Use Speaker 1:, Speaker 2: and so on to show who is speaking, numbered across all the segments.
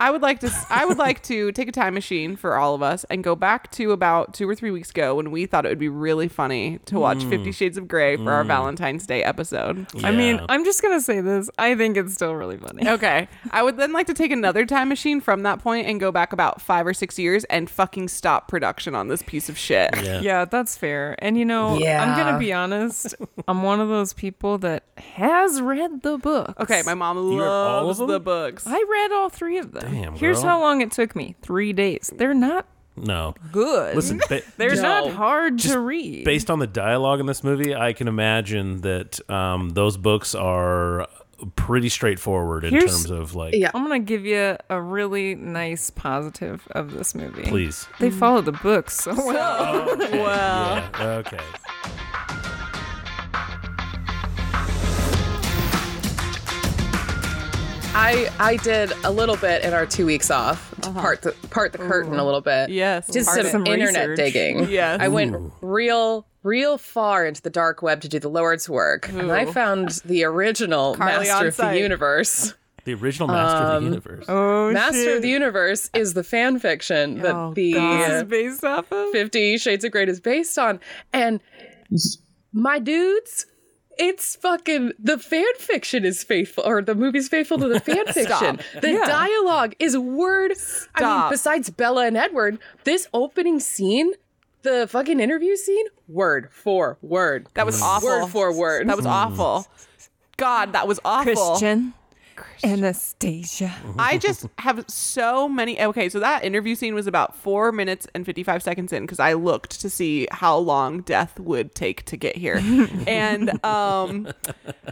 Speaker 1: I would like to. s- I would like to take a time machine for all of us and go back to about two or three weeks ago when we thought it would be really funny to watch
Speaker 2: Hmm.
Speaker 1: Fifty Shades of Grey for our Valentine's Day episode.
Speaker 3: I mean,
Speaker 2: Yeah.
Speaker 3: I'm just gonna say this. I think it's still really funny.
Speaker 1: Okay, I would then like to take another time machine from that point and go back about five or six years and fucking stop production on this piece of shit.
Speaker 2: yeah.
Speaker 3: Yeah, that's fair. And you know, I'm
Speaker 4: Yeah.
Speaker 3: gonna be honest. I'm one of those people that has read the book.
Speaker 1: Okay, my mom
Speaker 2: You read all of
Speaker 1: loves
Speaker 2: them?
Speaker 1: the books.
Speaker 3: I read all three of them.
Speaker 2: Damn,
Speaker 3: Here's
Speaker 2: girl.
Speaker 3: how long it took me: three days. They're not
Speaker 2: No.
Speaker 3: good.
Speaker 2: Listen, ba-
Speaker 3: they're
Speaker 2: just
Speaker 3: not hard to read.
Speaker 2: based on the dialogue in this movie, I can imagine that um, those books are pretty straightforward in
Speaker 3: Here's-
Speaker 2: terms of like,
Speaker 4: Yeah.
Speaker 3: I'm gonna give you a really nice positive of this movie.
Speaker 2: please.
Speaker 3: They follow the books so well.
Speaker 1: Uh,
Speaker 2: Well. Okay.
Speaker 4: I I did a little bit in our two weeks off to part the part the curtain a little bit.
Speaker 1: Uh-huh. Yes,
Speaker 4: just
Speaker 1: part
Speaker 4: some,
Speaker 1: it.
Speaker 3: Some
Speaker 4: internet
Speaker 3: research.
Speaker 4: digging.
Speaker 1: Yes.
Speaker 4: I went real real far into the dark web to do the Lord's work, and I found the original
Speaker 1: Carly on
Speaker 4: Master of the
Speaker 1: site.
Speaker 4: Universe.
Speaker 2: The original Master
Speaker 1: um,
Speaker 2: of the Universe.
Speaker 3: Oh,
Speaker 4: Master
Speaker 3: shit.
Speaker 4: of the Universe is the fan fiction that
Speaker 1: Oh,
Speaker 4: the
Speaker 3: This is based off of.
Speaker 4: Fifty Shades of Grey is based on, and my dudes. It's fucking the fan fiction is faithful, or the movie's faithful to the fan fiction. The dialogue is word. I mean,
Speaker 1: Stop.
Speaker 4: besides Bella and Edward, this opening scene, the fucking interview scene, word for word.
Speaker 1: That
Speaker 2: Hmm.
Speaker 1: was awful.
Speaker 4: Word for word.
Speaker 1: That was awful. God, that was awful.
Speaker 3: Christian, Anastasia.
Speaker 1: I just have so many. Okay, so that interview scene was about four minutes and 55 seconds in because I looked to see how long death would take to get here. and um,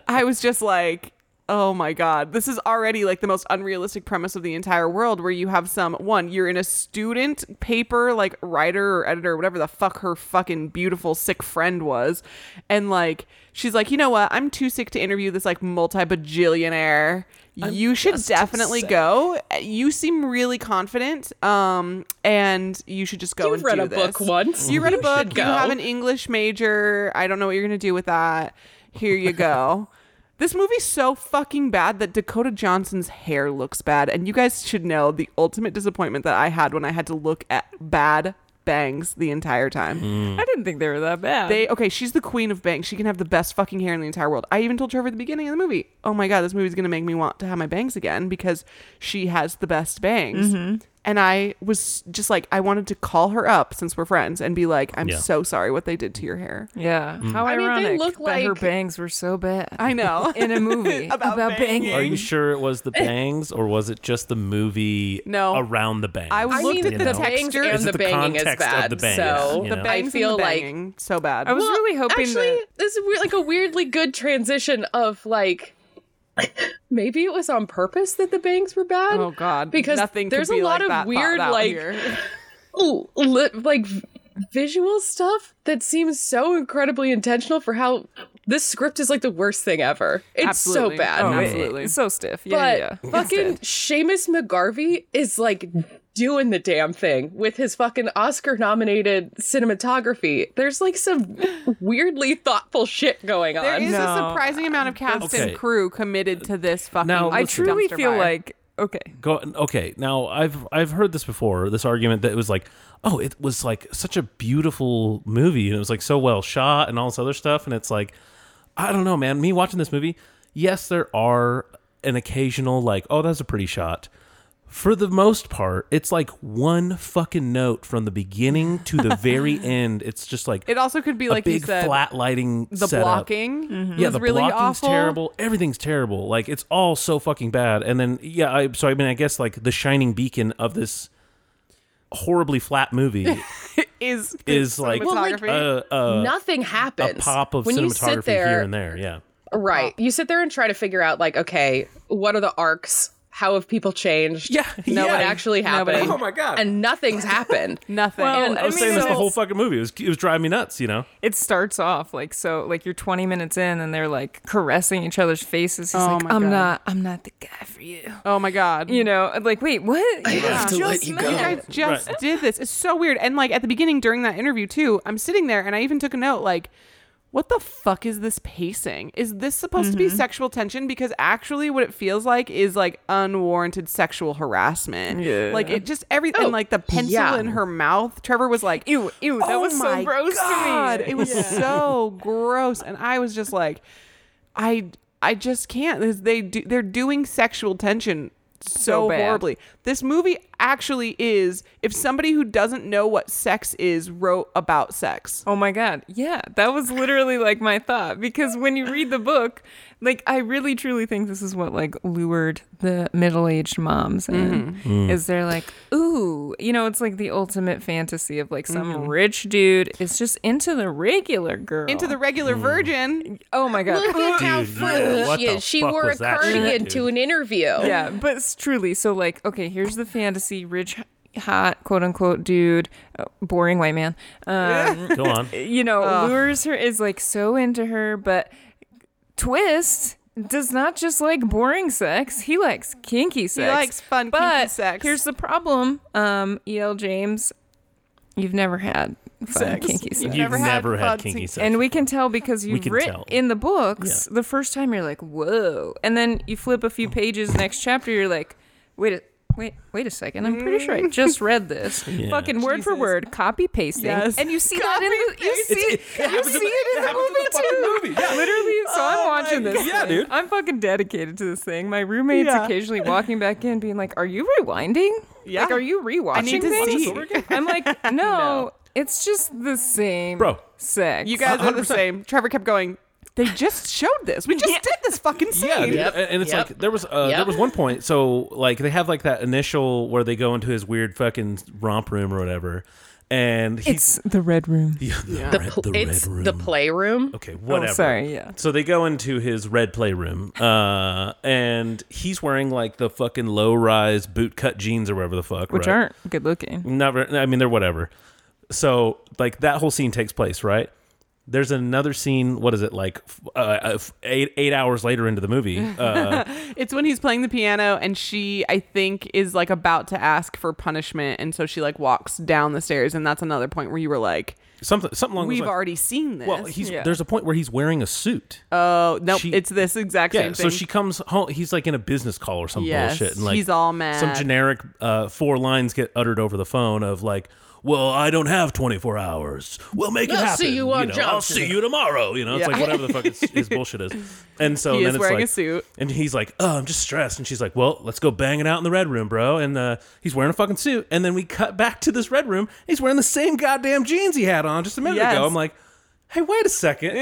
Speaker 1: I was just like, oh my God, this is already like the most unrealistic premise of the entire world where you have some one, you're in a student paper, like writer or editor, or whatever the fuck her fucking beautiful, sick friend was. And like, she's like, you know what? I'm too sick to interview this like multi bajillionaire. You should definitely go. You seem really confident. Um, and you should just go
Speaker 4: You've
Speaker 1: and
Speaker 4: read
Speaker 1: do
Speaker 4: a book
Speaker 1: this.
Speaker 4: once.
Speaker 1: You read a
Speaker 4: You
Speaker 1: book.
Speaker 4: should
Speaker 1: You
Speaker 4: go.
Speaker 1: have an English major. I don't know what you're gonna do with that. Here you go. this movie's so fucking bad that Dakota Johnson's hair looks bad, and you guys should know the ultimate disappointment that I had when I had to look at bad bangs the entire time.
Speaker 4: Hmm.
Speaker 2: Mm.
Speaker 3: I didn't think they were that bad.
Speaker 1: They okay, she's the queen of bangs. She can have the best fucking hair in the entire world. I even told Trevor at the beginning of the movie, "Oh my god, this movie's gonna make me want to have my bangs again because she has the best bangs." And I was just like, I wanted to call her up since we're friends and be like, "I'm
Speaker 2: Yeah.
Speaker 1: so sorry what they did to your hair."
Speaker 3: yeah. How
Speaker 4: I mean, they
Speaker 3: ironic
Speaker 4: look
Speaker 3: that her
Speaker 4: like-
Speaker 3: bangs were so bad.
Speaker 1: I know.
Speaker 3: in a movie
Speaker 1: About
Speaker 3: about,
Speaker 1: banging.
Speaker 3: banging.
Speaker 2: Are you sure it was the bangs or was it just the movie
Speaker 1: No.
Speaker 2: around the bangs?
Speaker 1: I was-
Speaker 4: I
Speaker 1: looked
Speaker 4: mean,
Speaker 1: at the
Speaker 4: the
Speaker 1: texture.
Speaker 4: banging
Speaker 1: Is
Speaker 4: and
Speaker 2: it
Speaker 4: the,
Speaker 2: the
Speaker 4: banging is
Speaker 2: context of
Speaker 4: bad.
Speaker 2: the bangs,
Speaker 4: so
Speaker 2: you
Speaker 1: The
Speaker 2: know?
Speaker 1: bangs
Speaker 4: I
Speaker 1: and the
Speaker 4: feel like
Speaker 1: banging, so bad.
Speaker 3: I was really hoping
Speaker 4: actually,
Speaker 3: that
Speaker 4: this is weird- like a weirdly good transition of like maybe it was on purpose that the bangs were bad.
Speaker 1: oh god,
Speaker 4: because
Speaker 1: nothing could
Speaker 4: there's
Speaker 1: be
Speaker 4: a
Speaker 1: like
Speaker 4: lot of
Speaker 1: that thought
Speaker 4: weird
Speaker 1: out
Speaker 4: like
Speaker 1: here.
Speaker 4: l- li- like v- visual stuff that seems so incredibly intentional for how this script is like the worst thing ever. It's
Speaker 1: Absolutely.
Speaker 4: so bad.
Speaker 1: Oh,
Speaker 3: Oh, it-
Speaker 1: Absolutely.
Speaker 3: it's so stiff. Yeah,
Speaker 4: But
Speaker 3: yeah. yeah.
Speaker 4: fucking Seamus McGarvey is like doing the damn thing with his fucking Oscar nominated cinematography. There's like some weirdly thoughtful shit going on.
Speaker 1: There is a
Speaker 3: No.
Speaker 1: surprising amount of cast
Speaker 2: Okay.
Speaker 1: and crew committed to this fucking.
Speaker 2: Now,
Speaker 3: I
Speaker 2: listen-
Speaker 3: truly
Speaker 1: dumpster
Speaker 3: feel
Speaker 1: fire.
Speaker 3: like okay.
Speaker 2: Go, okay, now I've I've heard this before. This argument that it was like, oh, it was like such a beautiful movie, and it was like so well shot, and all this other stuff, and it's like, I don't know, man. Me watching this movie, yes, there are an occasional like, oh, that's a pretty shot. For the most part, it's like one fucking note from the beginning to the very end. It's just like
Speaker 1: it also could be
Speaker 2: a
Speaker 1: like you
Speaker 2: big
Speaker 1: said,
Speaker 2: flat lighting
Speaker 1: the
Speaker 2: setup.
Speaker 1: blocking
Speaker 2: Mm-hmm. yeah,
Speaker 1: Mm-hmm. was
Speaker 2: the
Speaker 1: really
Speaker 2: blocking's
Speaker 1: awful.
Speaker 2: terrible. Everything's terrible. Like it's all so fucking bad. And then yeah, I so I mean I guess like the shining beacon of this horribly flat movie
Speaker 1: Is
Speaker 2: is like
Speaker 1: Well, like,
Speaker 2: a, a,
Speaker 4: Nothing
Speaker 2: a
Speaker 4: happens.
Speaker 2: pop of
Speaker 4: when you
Speaker 2: cinematography
Speaker 4: sit there,
Speaker 2: here and there. Yeah,
Speaker 4: Right. You sit there and try to figure out, like, okay, what are the arcs? How have people changed?
Speaker 2: Yeah,
Speaker 4: No,
Speaker 2: yeah.
Speaker 4: it actually happened.
Speaker 1: Nobody- Oh
Speaker 2: my God.
Speaker 4: And nothing's happened.
Speaker 1: nothing.
Speaker 3: Well,
Speaker 4: And
Speaker 3: I
Speaker 2: I was
Speaker 3: mean,
Speaker 2: saying this the
Speaker 3: so-
Speaker 2: whole fucking movie. It was it was driving me nuts. You know,
Speaker 3: It starts off like so, like you're 20 minutes in, and they're like caressing each other's faces. He's
Speaker 1: Oh
Speaker 3: like,
Speaker 1: my
Speaker 3: "I'm
Speaker 1: God.
Speaker 3: not, I'm not the guy for you."
Speaker 1: oh my god.
Speaker 3: You know, I'm like, wait, what? I
Speaker 1: have to
Speaker 4: let you go.
Speaker 1: I just did this. It's so weird. And like at the beginning during that interview too, I'm sitting there and I even took a note like what the fuck is this pacing? Is this supposed to be
Speaker 3: Mm-hmm.
Speaker 1: sexual tension? Because actually, what it feels like is like unwarranted sexual harassment.
Speaker 3: Yeah.
Speaker 1: Like it just everything,
Speaker 4: Oh,
Speaker 1: like the pencil
Speaker 4: yeah.
Speaker 1: in her mouth. Trevor was like,
Speaker 3: Ew, ew, that
Speaker 1: "Oh
Speaker 3: was so
Speaker 1: my
Speaker 3: gross to me."
Speaker 1: God, It was
Speaker 3: Yeah.
Speaker 1: so gross, and I was just like, I, I just can't. This- They do, they're doing sexual tension so,
Speaker 3: So bad.
Speaker 1: horribly. This movie actually is. If somebody who doesn't know what sex is wrote about sex,
Speaker 3: Oh my god. Yeah, that was literally like my thought because when you read the book, like I really truly think this is what like lured the middle-aged moms in.
Speaker 1: Mm-hmm.
Speaker 3: Is they're like, "Ooh, you know, it's like the ultimate fantasy of like some rich dude is just into the regular girl."
Speaker 1: Mm-hmm. into the regular
Speaker 2: Hmm.
Speaker 1: virgin.
Speaker 3: Oh my god.
Speaker 4: Look at how
Speaker 2: Dude, yeah,
Speaker 4: foolish
Speaker 2: what
Speaker 4: she
Speaker 2: the
Speaker 4: is. She
Speaker 2: fuck
Speaker 4: wore a
Speaker 2: was that shit,
Speaker 4: cardigan
Speaker 2: dude?
Speaker 4: to an interview.
Speaker 3: yeah, but it's truly so like okay, here's the fantasy rich hot quote unquote dude, uh, boring white man. Um
Speaker 2: Go on.
Speaker 3: you know, lures her is like so into her, but twist does not just like boring sex. He likes kinky sex.
Speaker 1: likes fun, kinky
Speaker 3: but
Speaker 1: sex.
Speaker 3: Here's the problem, um, El James, you've never had fun, kinky sex.
Speaker 2: You've
Speaker 1: never
Speaker 2: never,
Speaker 1: had
Speaker 2: had,
Speaker 1: fun
Speaker 2: kinky
Speaker 1: sing-
Speaker 2: sex.
Speaker 3: And we can tell because you've
Speaker 2: can
Speaker 3: written
Speaker 2: tell.
Speaker 3: in the books the first time you're like, whoa. And then you flip a few pages next chapter, you're like, wait a wait wait a second. I'm pretty sure I
Speaker 2: Mm.
Speaker 3: just read this. Fucking word for word, copy pasting.
Speaker 1: Yes.
Speaker 3: And you see that in the you see
Speaker 2: It's-
Speaker 3: it, you
Speaker 2: happens
Speaker 3: see
Speaker 2: in
Speaker 3: it in the
Speaker 2: happens
Speaker 3: movie too.
Speaker 2: movie. Yeah.
Speaker 3: Literally, so I'm watching this.
Speaker 2: Yeah,
Speaker 3: thing.
Speaker 2: Oh dude.
Speaker 3: I'm fucking dedicated to this thing. My roommate's
Speaker 1: Yeah.
Speaker 3: occasionally walking back in, being like, "Are you rewinding?
Speaker 1: Yeah.
Speaker 3: Like, are you rewatching
Speaker 1: I need to
Speaker 3: things?"
Speaker 1: see.
Speaker 3: I'm like, no, it's just the same,
Speaker 2: Bro.
Speaker 3: Sex.
Speaker 1: You guys are the same. Trevor kept going. They just showed this. We just did this fucking scene.
Speaker 2: Yeah, dude.
Speaker 4: Yep.
Speaker 2: and it's
Speaker 4: Yep.
Speaker 2: like there was uh, there
Speaker 4: Yep.
Speaker 2: was one point. So like they have like that initial where they go into his weird fucking romp room or whatever, and he,
Speaker 3: It's the red room.
Speaker 2: the,
Speaker 4: The
Speaker 2: red,
Speaker 4: pl-
Speaker 2: the red
Speaker 4: it's
Speaker 2: room.
Speaker 4: the playroom.
Speaker 2: Okay, whatever.
Speaker 3: sorry, yeah.
Speaker 2: So they go into his red playroom, uh, and he's wearing like the fucking low rise boot cut jeans or whatever the fuck,
Speaker 3: Which
Speaker 2: right?
Speaker 3: aren't good looking.
Speaker 2: Never. I mean, they're whatever. So like that whole scene takes place, right? There's another scene. What is it like? f- Uh, uh, f- eight eight hours later into the movie, uh,
Speaker 1: It's when he's playing the piano and she, I think, is like about to ask for punishment, and so she like walks down the stairs, and that's another point where you were like,
Speaker 2: something something along those
Speaker 1: "We've
Speaker 2: lines.
Speaker 1: already seen this."
Speaker 2: Well, he's
Speaker 3: Yeah.
Speaker 2: there's a point where he's wearing a suit.
Speaker 1: oh no,
Speaker 2: she-
Speaker 1: it's this exact
Speaker 2: yeah,
Speaker 1: same
Speaker 2: so
Speaker 1: thing.
Speaker 2: she comes home. He's like in a business call or some
Speaker 1: Yes,
Speaker 2: bullshit, and like
Speaker 1: he's all mad.
Speaker 2: Some generic uh, four lines get uttered over the phone of like, "Well, I don't have 24 hours. We'll make it
Speaker 4: I'll
Speaker 2: happen.
Speaker 4: see you on
Speaker 2: know, I'll
Speaker 4: Johnson."
Speaker 2: see you tomorrow. You know, it's
Speaker 1: Yeah.
Speaker 2: like whatever the fuck his, his bullshit is. And so
Speaker 1: He
Speaker 2: then
Speaker 1: is
Speaker 2: it's
Speaker 1: wearing
Speaker 2: like,
Speaker 1: a suit.
Speaker 2: and he's like, "Oh, I'm just stressed." And she's like, "Well, let's go bang it out in the red room, bro." And uh, he's wearing a fucking suit. And then we cut back to this red room. He's wearing the same goddamn jeans he had on just a minute
Speaker 1: Yes.
Speaker 2: ago. I'm like, "Hey, wait a second.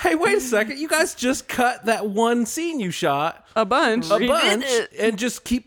Speaker 2: hey, wait a second. You guys just cut that one scene you shot
Speaker 1: a bunch.
Speaker 2: a bunch and just keep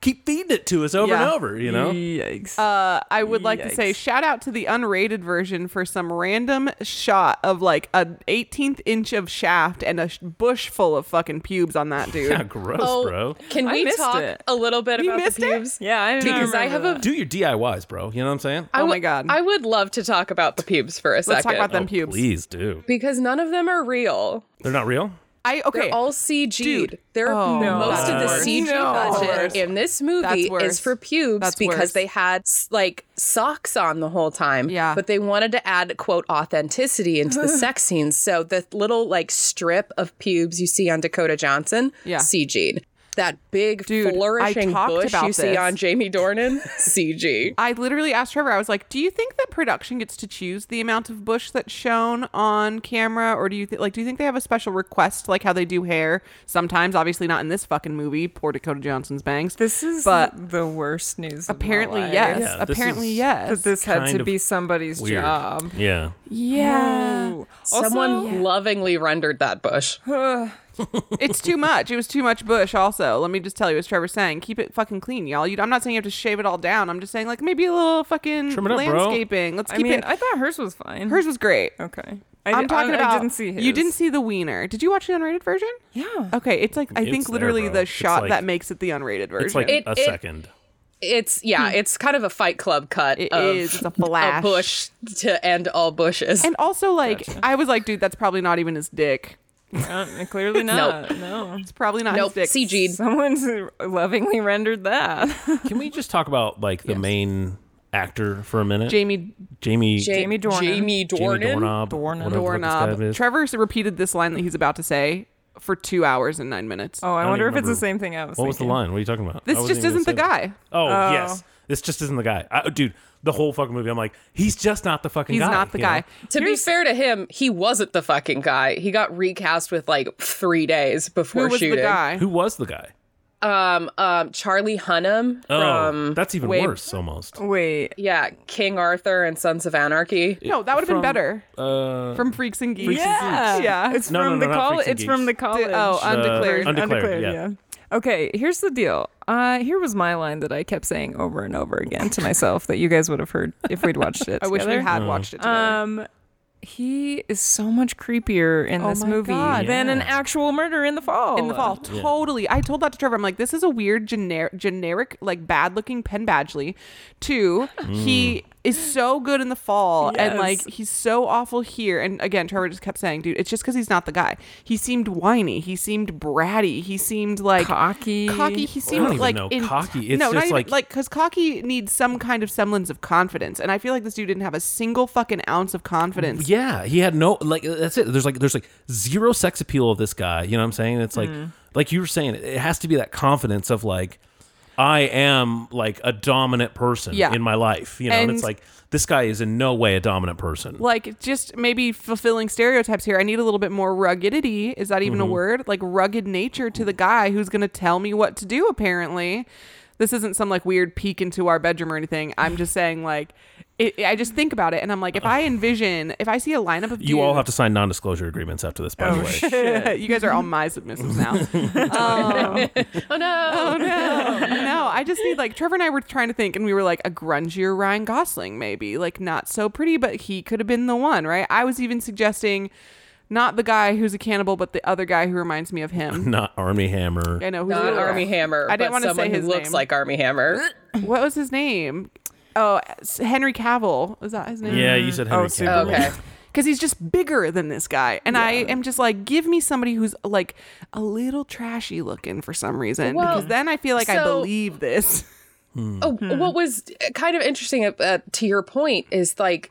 Speaker 2: keep feeding it to us over and
Speaker 1: Yeah.
Speaker 2: over. You know,
Speaker 3: Yikes.
Speaker 1: Uh, I would like to say
Speaker 3: Yikes.
Speaker 1: shout out to the unrated version for some random shot of like an 18th inch of shaft and a sh- bush full of fucking pubes on that dude.
Speaker 2: yeah, gross,
Speaker 4: Oh,
Speaker 2: bro.
Speaker 4: can
Speaker 3: I
Speaker 4: we
Speaker 3: missed
Speaker 4: talk
Speaker 3: it.
Speaker 4: a little bit
Speaker 1: You
Speaker 4: about
Speaker 1: missed
Speaker 4: the
Speaker 1: it?
Speaker 4: pubes?
Speaker 3: yeah, I didn't
Speaker 4: because I
Speaker 3: remember
Speaker 4: have a-
Speaker 3: that.
Speaker 2: Do your DIYs, bro. You know what I'm saying?
Speaker 4: I
Speaker 1: Oh my
Speaker 4: would-
Speaker 1: God.
Speaker 4: I would love to talk about the pubes for a second.
Speaker 1: Let's talk about them
Speaker 2: Oh,
Speaker 1: pubes.
Speaker 2: Please do.
Speaker 4: because none of them are real.
Speaker 2: They're not real.
Speaker 1: I okay.
Speaker 4: They're all CG'd.
Speaker 1: Dude.
Speaker 4: They're
Speaker 3: Oh, no.
Speaker 4: most of the
Speaker 3: That's
Speaker 4: CG
Speaker 3: worse.
Speaker 4: budget in this movie
Speaker 1: That's
Speaker 4: is
Speaker 1: worse.
Speaker 4: for pubes
Speaker 1: That's
Speaker 4: because
Speaker 1: worse.
Speaker 4: they had like socks on the whole time.
Speaker 1: Yeah.
Speaker 4: But they wanted to add quote authenticity into the sex scenes. So the little like strip of pubes you see on Dakota Johnson,
Speaker 1: Yeah.
Speaker 4: CG'd. That big
Speaker 1: Dude, I
Speaker 4: flourishing
Speaker 1: talked
Speaker 4: bush
Speaker 1: about
Speaker 4: you see
Speaker 1: this.
Speaker 4: on Jamie Dornan, CG.
Speaker 1: I literally asked Trevor, I was like, do you think that production gets to choose the amount of bush that's shown on camera? Or do you think, like, do you think they have a special request, like how they do hair? Sometimes, obviously not in this fucking movie, poor Dakota Johnson's bangs.
Speaker 3: this is
Speaker 1: but
Speaker 3: the worst news. of my
Speaker 1: apparently,
Speaker 3: life.
Speaker 1: yes.
Speaker 2: Yeah, this
Speaker 1: apparently,
Speaker 2: is-
Speaker 3: That
Speaker 1: yes.
Speaker 3: this had
Speaker 2: Kind
Speaker 3: to
Speaker 2: of
Speaker 3: be somebody's
Speaker 2: Weird.
Speaker 3: job.
Speaker 2: Yeah.
Speaker 1: yeah.
Speaker 3: Ooh.
Speaker 4: Someone
Speaker 3: Also,
Speaker 4: lovingly rendered that bush.
Speaker 1: it's too much. It was too much bush, also. Let me just tell you, as Trevor's saying, keep it fucking clean, y'all. You, I'm not saying you have to shave it all down. I'm just saying, like, maybe a little fucking
Speaker 2: Trim it up, bro.
Speaker 1: landscaping. Let's
Speaker 3: I
Speaker 1: keep
Speaker 3: mean,
Speaker 1: it.
Speaker 3: I thought hers was fine.
Speaker 1: Hers was great.
Speaker 3: okay.
Speaker 1: I, am
Speaker 3: di-
Speaker 1: talking
Speaker 3: I,
Speaker 1: about.
Speaker 3: I didn't see his.
Speaker 1: You didn't see the wiener. Did you watch the unrated version?
Speaker 3: Yeah.
Speaker 1: Okay, it's like I think
Speaker 2: there,
Speaker 1: literally
Speaker 2: bro.
Speaker 1: the
Speaker 2: It's
Speaker 1: shot
Speaker 2: like-
Speaker 1: that makes it the unrated version.
Speaker 2: It's like
Speaker 4: It-
Speaker 2: a
Speaker 4: it-
Speaker 2: second.
Speaker 4: It's yeah, it's kind of a Fight Club cut.
Speaker 1: Hmm. It
Speaker 4: of
Speaker 1: is. It's a flash.
Speaker 4: A bush to end all bushes.
Speaker 1: and also like I was like, dude, that's probably not even his dick.
Speaker 3: Uh, clearly not. No.
Speaker 1: It's probably not
Speaker 4: nope,
Speaker 1: his dick.
Speaker 4: CG'd.
Speaker 3: Someone's lovingly rendered that.
Speaker 2: Can we just talk about like the main actor for a minute.
Speaker 1: Jamie
Speaker 2: Jamie
Speaker 3: Jamie Dornan.
Speaker 4: Jamie
Speaker 2: Jamie Dornob.
Speaker 4: Dornan.
Speaker 2: whatever
Speaker 3: Dornan.
Speaker 2: the fuck this guy
Speaker 1: Doorknob.
Speaker 2: is.
Speaker 1: Trevor's repeated this line that he's about to say for two hours and nine minutes.
Speaker 3: Oh, I,
Speaker 2: don't
Speaker 3: wonder if
Speaker 2: even
Speaker 3: it's the
Speaker 2: remember.
Speaker 3: same thing I was.
Speaker 2: What was the
Speaker 3: thinking.
Speaker 2: line? What are you talking about?
Speaker 1: This
Speaker 2: I wasn't
Speaker 1: just
Speaker 2: even
Speaker 1: isn't the
Speaker 2: gonna say
Speaker 1: guy.
Speaker 2: that. Oh,
Speaker 3: Oh.
Speaker 2: yes, this just isn't the guy. I, dude, the whole fucking movie. I'm like, he's just not the fucking
Speaker 1: He's
Speaker 2: guy.
Speaker 1: not the
Speaker 2: you know?
Speaker 1: guy.
Speaker 4: To be fair to him, he wasn't the fucking guy. He got recast with like three days before
Speaker 1: Who was
Speaker 4: shooting.
Speaker 1: the guy?
Speaker 2: Who was the guy?
Speaker 4: Um, um, Charlie Hunnam
Speaker 2: Oh,
Speaker 4: from
Speaker 2: that's even
Speaker 1: way-
Speaker 2: worse almost.
Speaker 3: Wait.
Speaker 4: yeah King Arthur and Sons of Anarchy.
Speaker 1: No, that would have been
Speaker 2: From-
Speaker 1: better.
Speaker 2: Uh,
Speaker 1: From Freaks and Geeks.
Speaker 3: Yeah.
Speaker 1: Yeah.
Speaker 3: It's
Speaker 2: No, no,
Speaker 3: from
Speaker 2: no,
Speaker 3: the
Speaker 2: not
Speaker 3: college.
Speaker 2: Freaks and
Speaker 3: It's from
Speaker 2: Geeks.
Speaker 3: the college.
Speaker 1: oh,
Speaker 2: uh,
Speaker 1: undeclared.
Speaker 2: Undeclared. yeah.
Speaker 3: Okay, here's the deal. Uh, here was my line that I kept saying over and over again to myself that you guys would have heard if we'd watched it.
Speaker 1: I wish we
Speaker 2: Oh.
Speaker 3: together.
Speaker 1: had watched it together.
Speaker 3: Um, he is so much creepier in
Speaker 1: Oh
Speaker 3: this
Speaker 1: my
Speaker 3: movie
Speaker 1: God.
Speaker 3: than an
Speaker 2: Yeah.
Speaker 3: actual murder in the fall.
Speaker 1: in the fall. Totally. I told that to Trevor. I'm like, this is a weird, gener- generic, like bad looking Penn Badgley. Two, he
Speaker 2: Mm.
Speaker 1: is so good in the fall and
Speaker 3: Yes.
Speaker 1: like he's so awful here. And again, Trevor just kept saying, dude, it's just because he's not the guy. He seemed whiny. He seemed bratty. He seemed like
Speaker 3: Cocky.
Speaker 1: Cocky. He
Speaker 2: I
Speaker 1: seemed
Speaker 2: don't even
Speaker 1: like
Speaker 2: know.
Speaker 1: in-
Speaker 2: Cocky. It's
Speaker 1: no, not
Speaker 2: just
Speaker 1: even
Speaker 2: like-
Speaker 1: like because cocky needs some kind of semblance of confidence, and I feel like this dude didn't have a single fucking ounce of confidence.
Speaker 2: Yeah, he had no like that's it. There's like there's like zero sex appeal of this guy. You know what I'm saying? It's like
Speaker 3: Mm.
Speaker 2: like you were saying, it has to be that confidence of like I am like a dominant person
Speaker 1: Yeah.
Speaker 2: in my life. You know, and,
Speaker 1: And-
Speaker 2: it's like this guy is in no way a dominant person.
Speaker 1: like just maybe fulfilling stereotypes here. I need a little bit more ruggedity. Is that even a
Speaker 2: Mm-hmm.
Speaker 1: word? Like rugged nature to the guy who's going to tell me what to do. Apparently, this isn't some like weird peek into our bedroom or anything. I'm just saying like. It, I just think about it, and I'm like, if I envision, if I see a lineup of
Speaker 2: you all have to sign non-disclosure agreements after this, by
Speaker 3: Oh,
Speaker 2: the way.
Speaker 1: to, you guys are all my submissives now.
Speaker 4: Oh no!
Speaker 1: no, I just need like Trevor and I were trying to think, and we were like a grungier Ryan Gosling, maybe like not so pretty, but he could have been the one, right? I was even suggesting not the guy who's a cannibal, but the other guy who reminds me of him.
Speaker 2: Not Army Hammer.
Speaker 1: I know who's the
Speaker 4: Not
Speaker 1: other guy.
Speaker 4: Army Hammer.
Speaker 1: I didn't
Speaker 4: but
Speaker 1: want to
Speaker 4: someone
Speaker 1: say his
Speaker 4: who looks
Speaker 1: name.
Speaker 4: like Army Hammer.
Speaker 1: what was his name? Oh, S- Henry Cavill was that his name?
Speaker 2: Yeah, you said Henry
Speaker 3: Oh, super.
Speaker 2: Cavill.
Speaker 4: Okay.
Speaker 1: because he's just bigger than this guy, and I am just like, give me somebody who's like a little trashy looking for some reason,
Speaker 4: Well,
Speaker 1: because then I feel like I
Speaker 4: so-
Speaker 1: believe this.
Speaker 4: Oh,
Speaker 1: Hmm.
Speaker 4: what was kind of interesting uh, to your point is like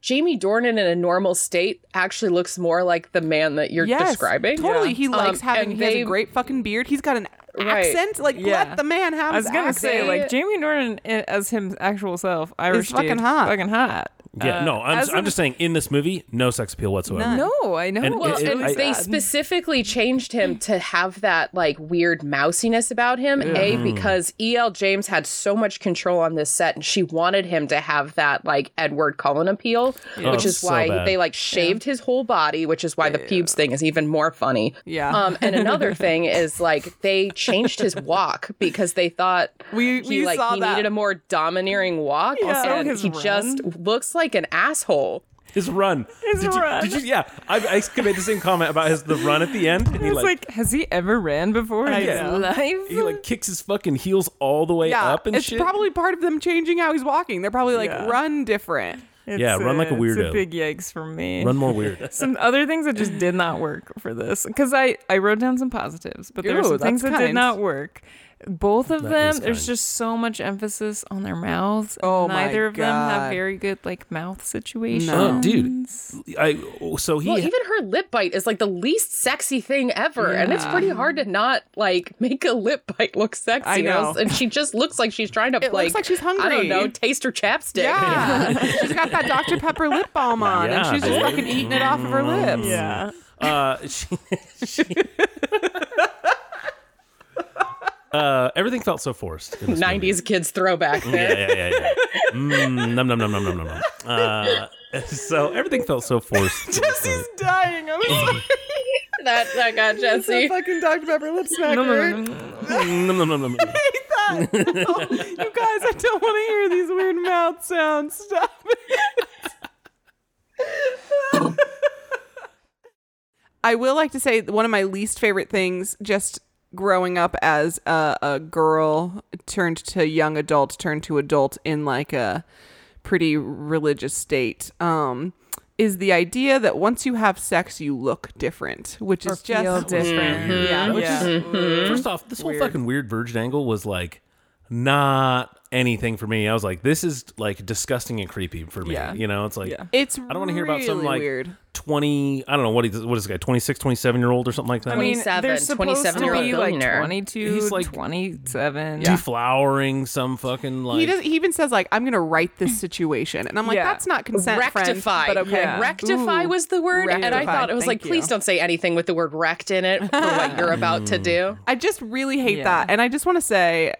Speaker 4: Jamie Dornan in a normal state actually looks more like the man that you're
Speaker 1: yes,
Speaker 4: describing.
Speaker 1: Totally, he
Speaker 4: Um,
Speaker 1: likes having
Speaker 4: and
Speaker 1: he has
Speaker 4: they-
Speaker 1: a great fucking beard. He's got an
Speaker 4: Right.
Speaker 1: accent. Like
Speaker 3: Yeah.
Speaker 1: let the man have.
Speaker 3: I was
Speaker 1: his
Speaker 3: gonna
Speaker 1: accent.
Speaker 3: say like
Speaker 4: Accent.
Speaker 3: Jamie Norton i- as him actual self, Irish
Speaker 1: fucking
Speaker 3: dude,
Speaker 1: hot.
Speaker 3: fucking hot.
Speaker 2: Yeah,
Speaker 3: Uh,
Speaker 2: no, I'm,
Speaker 3: as
Speaker 2: I'm
Speaker 3: in-
Speaker 2: just saying in this movie, no sex appeal whatsoever.
Speaker 1: None.
Speaker 3: No, I know.
Speaker 2: And
Speaker 4: Well,
Speaker 2: It-
Speaker 4: and
Speaker 2: I-
Speaker 4: they specifically changed him to have that like weird mousiness about him. A because E.L. James had so much control on this set, and she wanted him to have that like Edward Cullen appeal, which
Speaker 2: Oh,
Speaker 4: is
Speaker 2: so
Speaker 4: why
Speaker 2: bad.
Speaker 4: they like shaved his whole body, which is why the pubes thing is even more funny.
Speaker 1: Yeah.
Speaker 4: Um, and another thing is like they changed his walk because they thought
Speaker 1: We-
Speaker 4: he,
Speaker 1: we
Speaker 4: like
Speaker 1: saw
Speaker 4: he
Speaker 1: that.
Speaker 4: needed a more domineering walk,
Speaker 3: Also
Speaker 4: and
Speaker 3: his
Speaker 4: he just looks like an asshole.
Speaker 2: His run.
Speaker 3: His
Speaker 2: did you,
Speaker 3: run.
Speaker 2: Did you? Yeah, I, I made the same comment about his the run at the end. And he
Speaker 3: It's
Speaker 2: like,
Speaker 3: like, has he ever ran before in his
Speaker 2: know.
Speaker 3: life?
Speaker 2: he like kicks his fucking heels all the way
Speaker 1: yeah,
Speaker 2: up and
Speaker 1: it's
Speaker 2: shit.
Speaker 1: probably part of them changing how he's walking. They're probably like
Speaker 3: Yeah.
Speaker 1: run different.
Speaker 2: Yeah,
Speaker 3: It's
Speaker 2: run like a
Speaker 3: It's
Speaker 2: weirdo.
Speaker 3: a big yikes for me.
Speaker 2: Run more weird.
Speaker 3: some other things that just did not work for this because I I wrote down some positives, but there were
Speaker 1: Ooh,
Speaker 3: some
Speaker 1: that's
Speaker 3: things that did
Speaker 1: kind.
Speaker 3: not work. Both of
Speaker 2: That
Speaker 3: them,
Speaker 2: is
Speaker 3: there's
Speaker 2: kind.
Speaker 3: just so much emphasis on their mouths. and
Speaker 1: Oh my
Speaker 3: neither of them have
Speaker 1: God.
Speaker 3: very good like mouth situations.
Speaker 2: Oh, dude. I so he
Speaker 4: Well, even her lip bite is like the least sexy thing ever, and it's pretty hard to not like make a lip bite look sexy.
Speaker 1: I
Speaker 4: And
Speaker 1: know.
Speaker 4: was- and she just looks like she's trying to
Speaker 1: looks
Speaker 4: like,
Speaker 1: like she's
Speaker 4: I don't
Speaker 1: hungry.
Speaker 4: know, taste her chapstick.
Speaker 1: Yeah, she's got that Dr Pepper lip balm on, and
Speaker 2: Yeah,
Speaker 1: she's just
Speaker 2: dude.
Speaker 1: fucking eating it off of her lips.
Speaker 3: Yeah.
Speaker 2: uh, she, she- uh, everything felt so forced. in this movie.
Speaker 4: Nineties kids throwback there.
Speaker 2: Yeah, yeah, yeah, yeah. Mm, num num num num num num num. Uh, so everything felt so forced. in this movie.
Speaker 1: dying. I'm sorry.
Speaker 4: That that got Jesse.
Speaker 1: fucking Dr Pepper lip smacker.
Speaker 2: Mm, num num num num. num.
Speaker 1: hate that. Oh, you guys, I don't want to hear these weird mouth sounds. Stop it. I will like to say that one of my least favorite things just growing up as a, a girl turned to young adult turned to adult in like a pretty religious state um is the idea that once you have sex you look different which is just Mm-hmm.
Speaker 3: feel different.
Speaker 1: yeah which
Speaker 3: Yeah.
Speaker 1: is
Speaker 2: First off, this whole fucking weird virgin angle was like not anything for me. I was like, this is like disgusting and creepy for me.
Speaker 3: Yeah.
Speaker 2: You know, it's like
Speaker 3: Yeah.
Speaker 1: It's
Speaker 2: I don't want to hear about some
Speaker 1: really
Speaker 2: like
Speaker 1: weird.
Speaker 2: 20, I don't know, what is, what is this guy, 26, 27 year old or something like that?
Speaker 3: I mean,
Speaker 4: 27
Speaker 3: they're supposed to
Speaker 4: 27-year-old
Speaker 3: be like
Speaker 4: billionaire.
Speaker 3: 22,
Speaker 2: He's like-
Speaker 3: 27.
Speaker 2: deflowering some fucking like.
Speaker 1: he does. He even says like, "I'm gonna write this situation," and I'm like,
Speaker 3: Yeah.
Speaker 1: "That's not consent, friend,
Speaker 4: rectify.
Speaker 1: but okay,
Speaker 3: Yeah.
Speaker 4: Rectify
Speaker 1: Ooh.
Speaker 4: was the word, and I
Speaker 1: Rectify,
Speaker 4: thought it was
Speaker 1: thank
Speaker 4: like, please
Speaker 1: you.
Speaker 4: don't say anything with the word "wrecked" in it for what you're about to do.
Speaker 1: I just really hate
Speaker 3: Yeah.
Speaker 1: that. And I just want to say,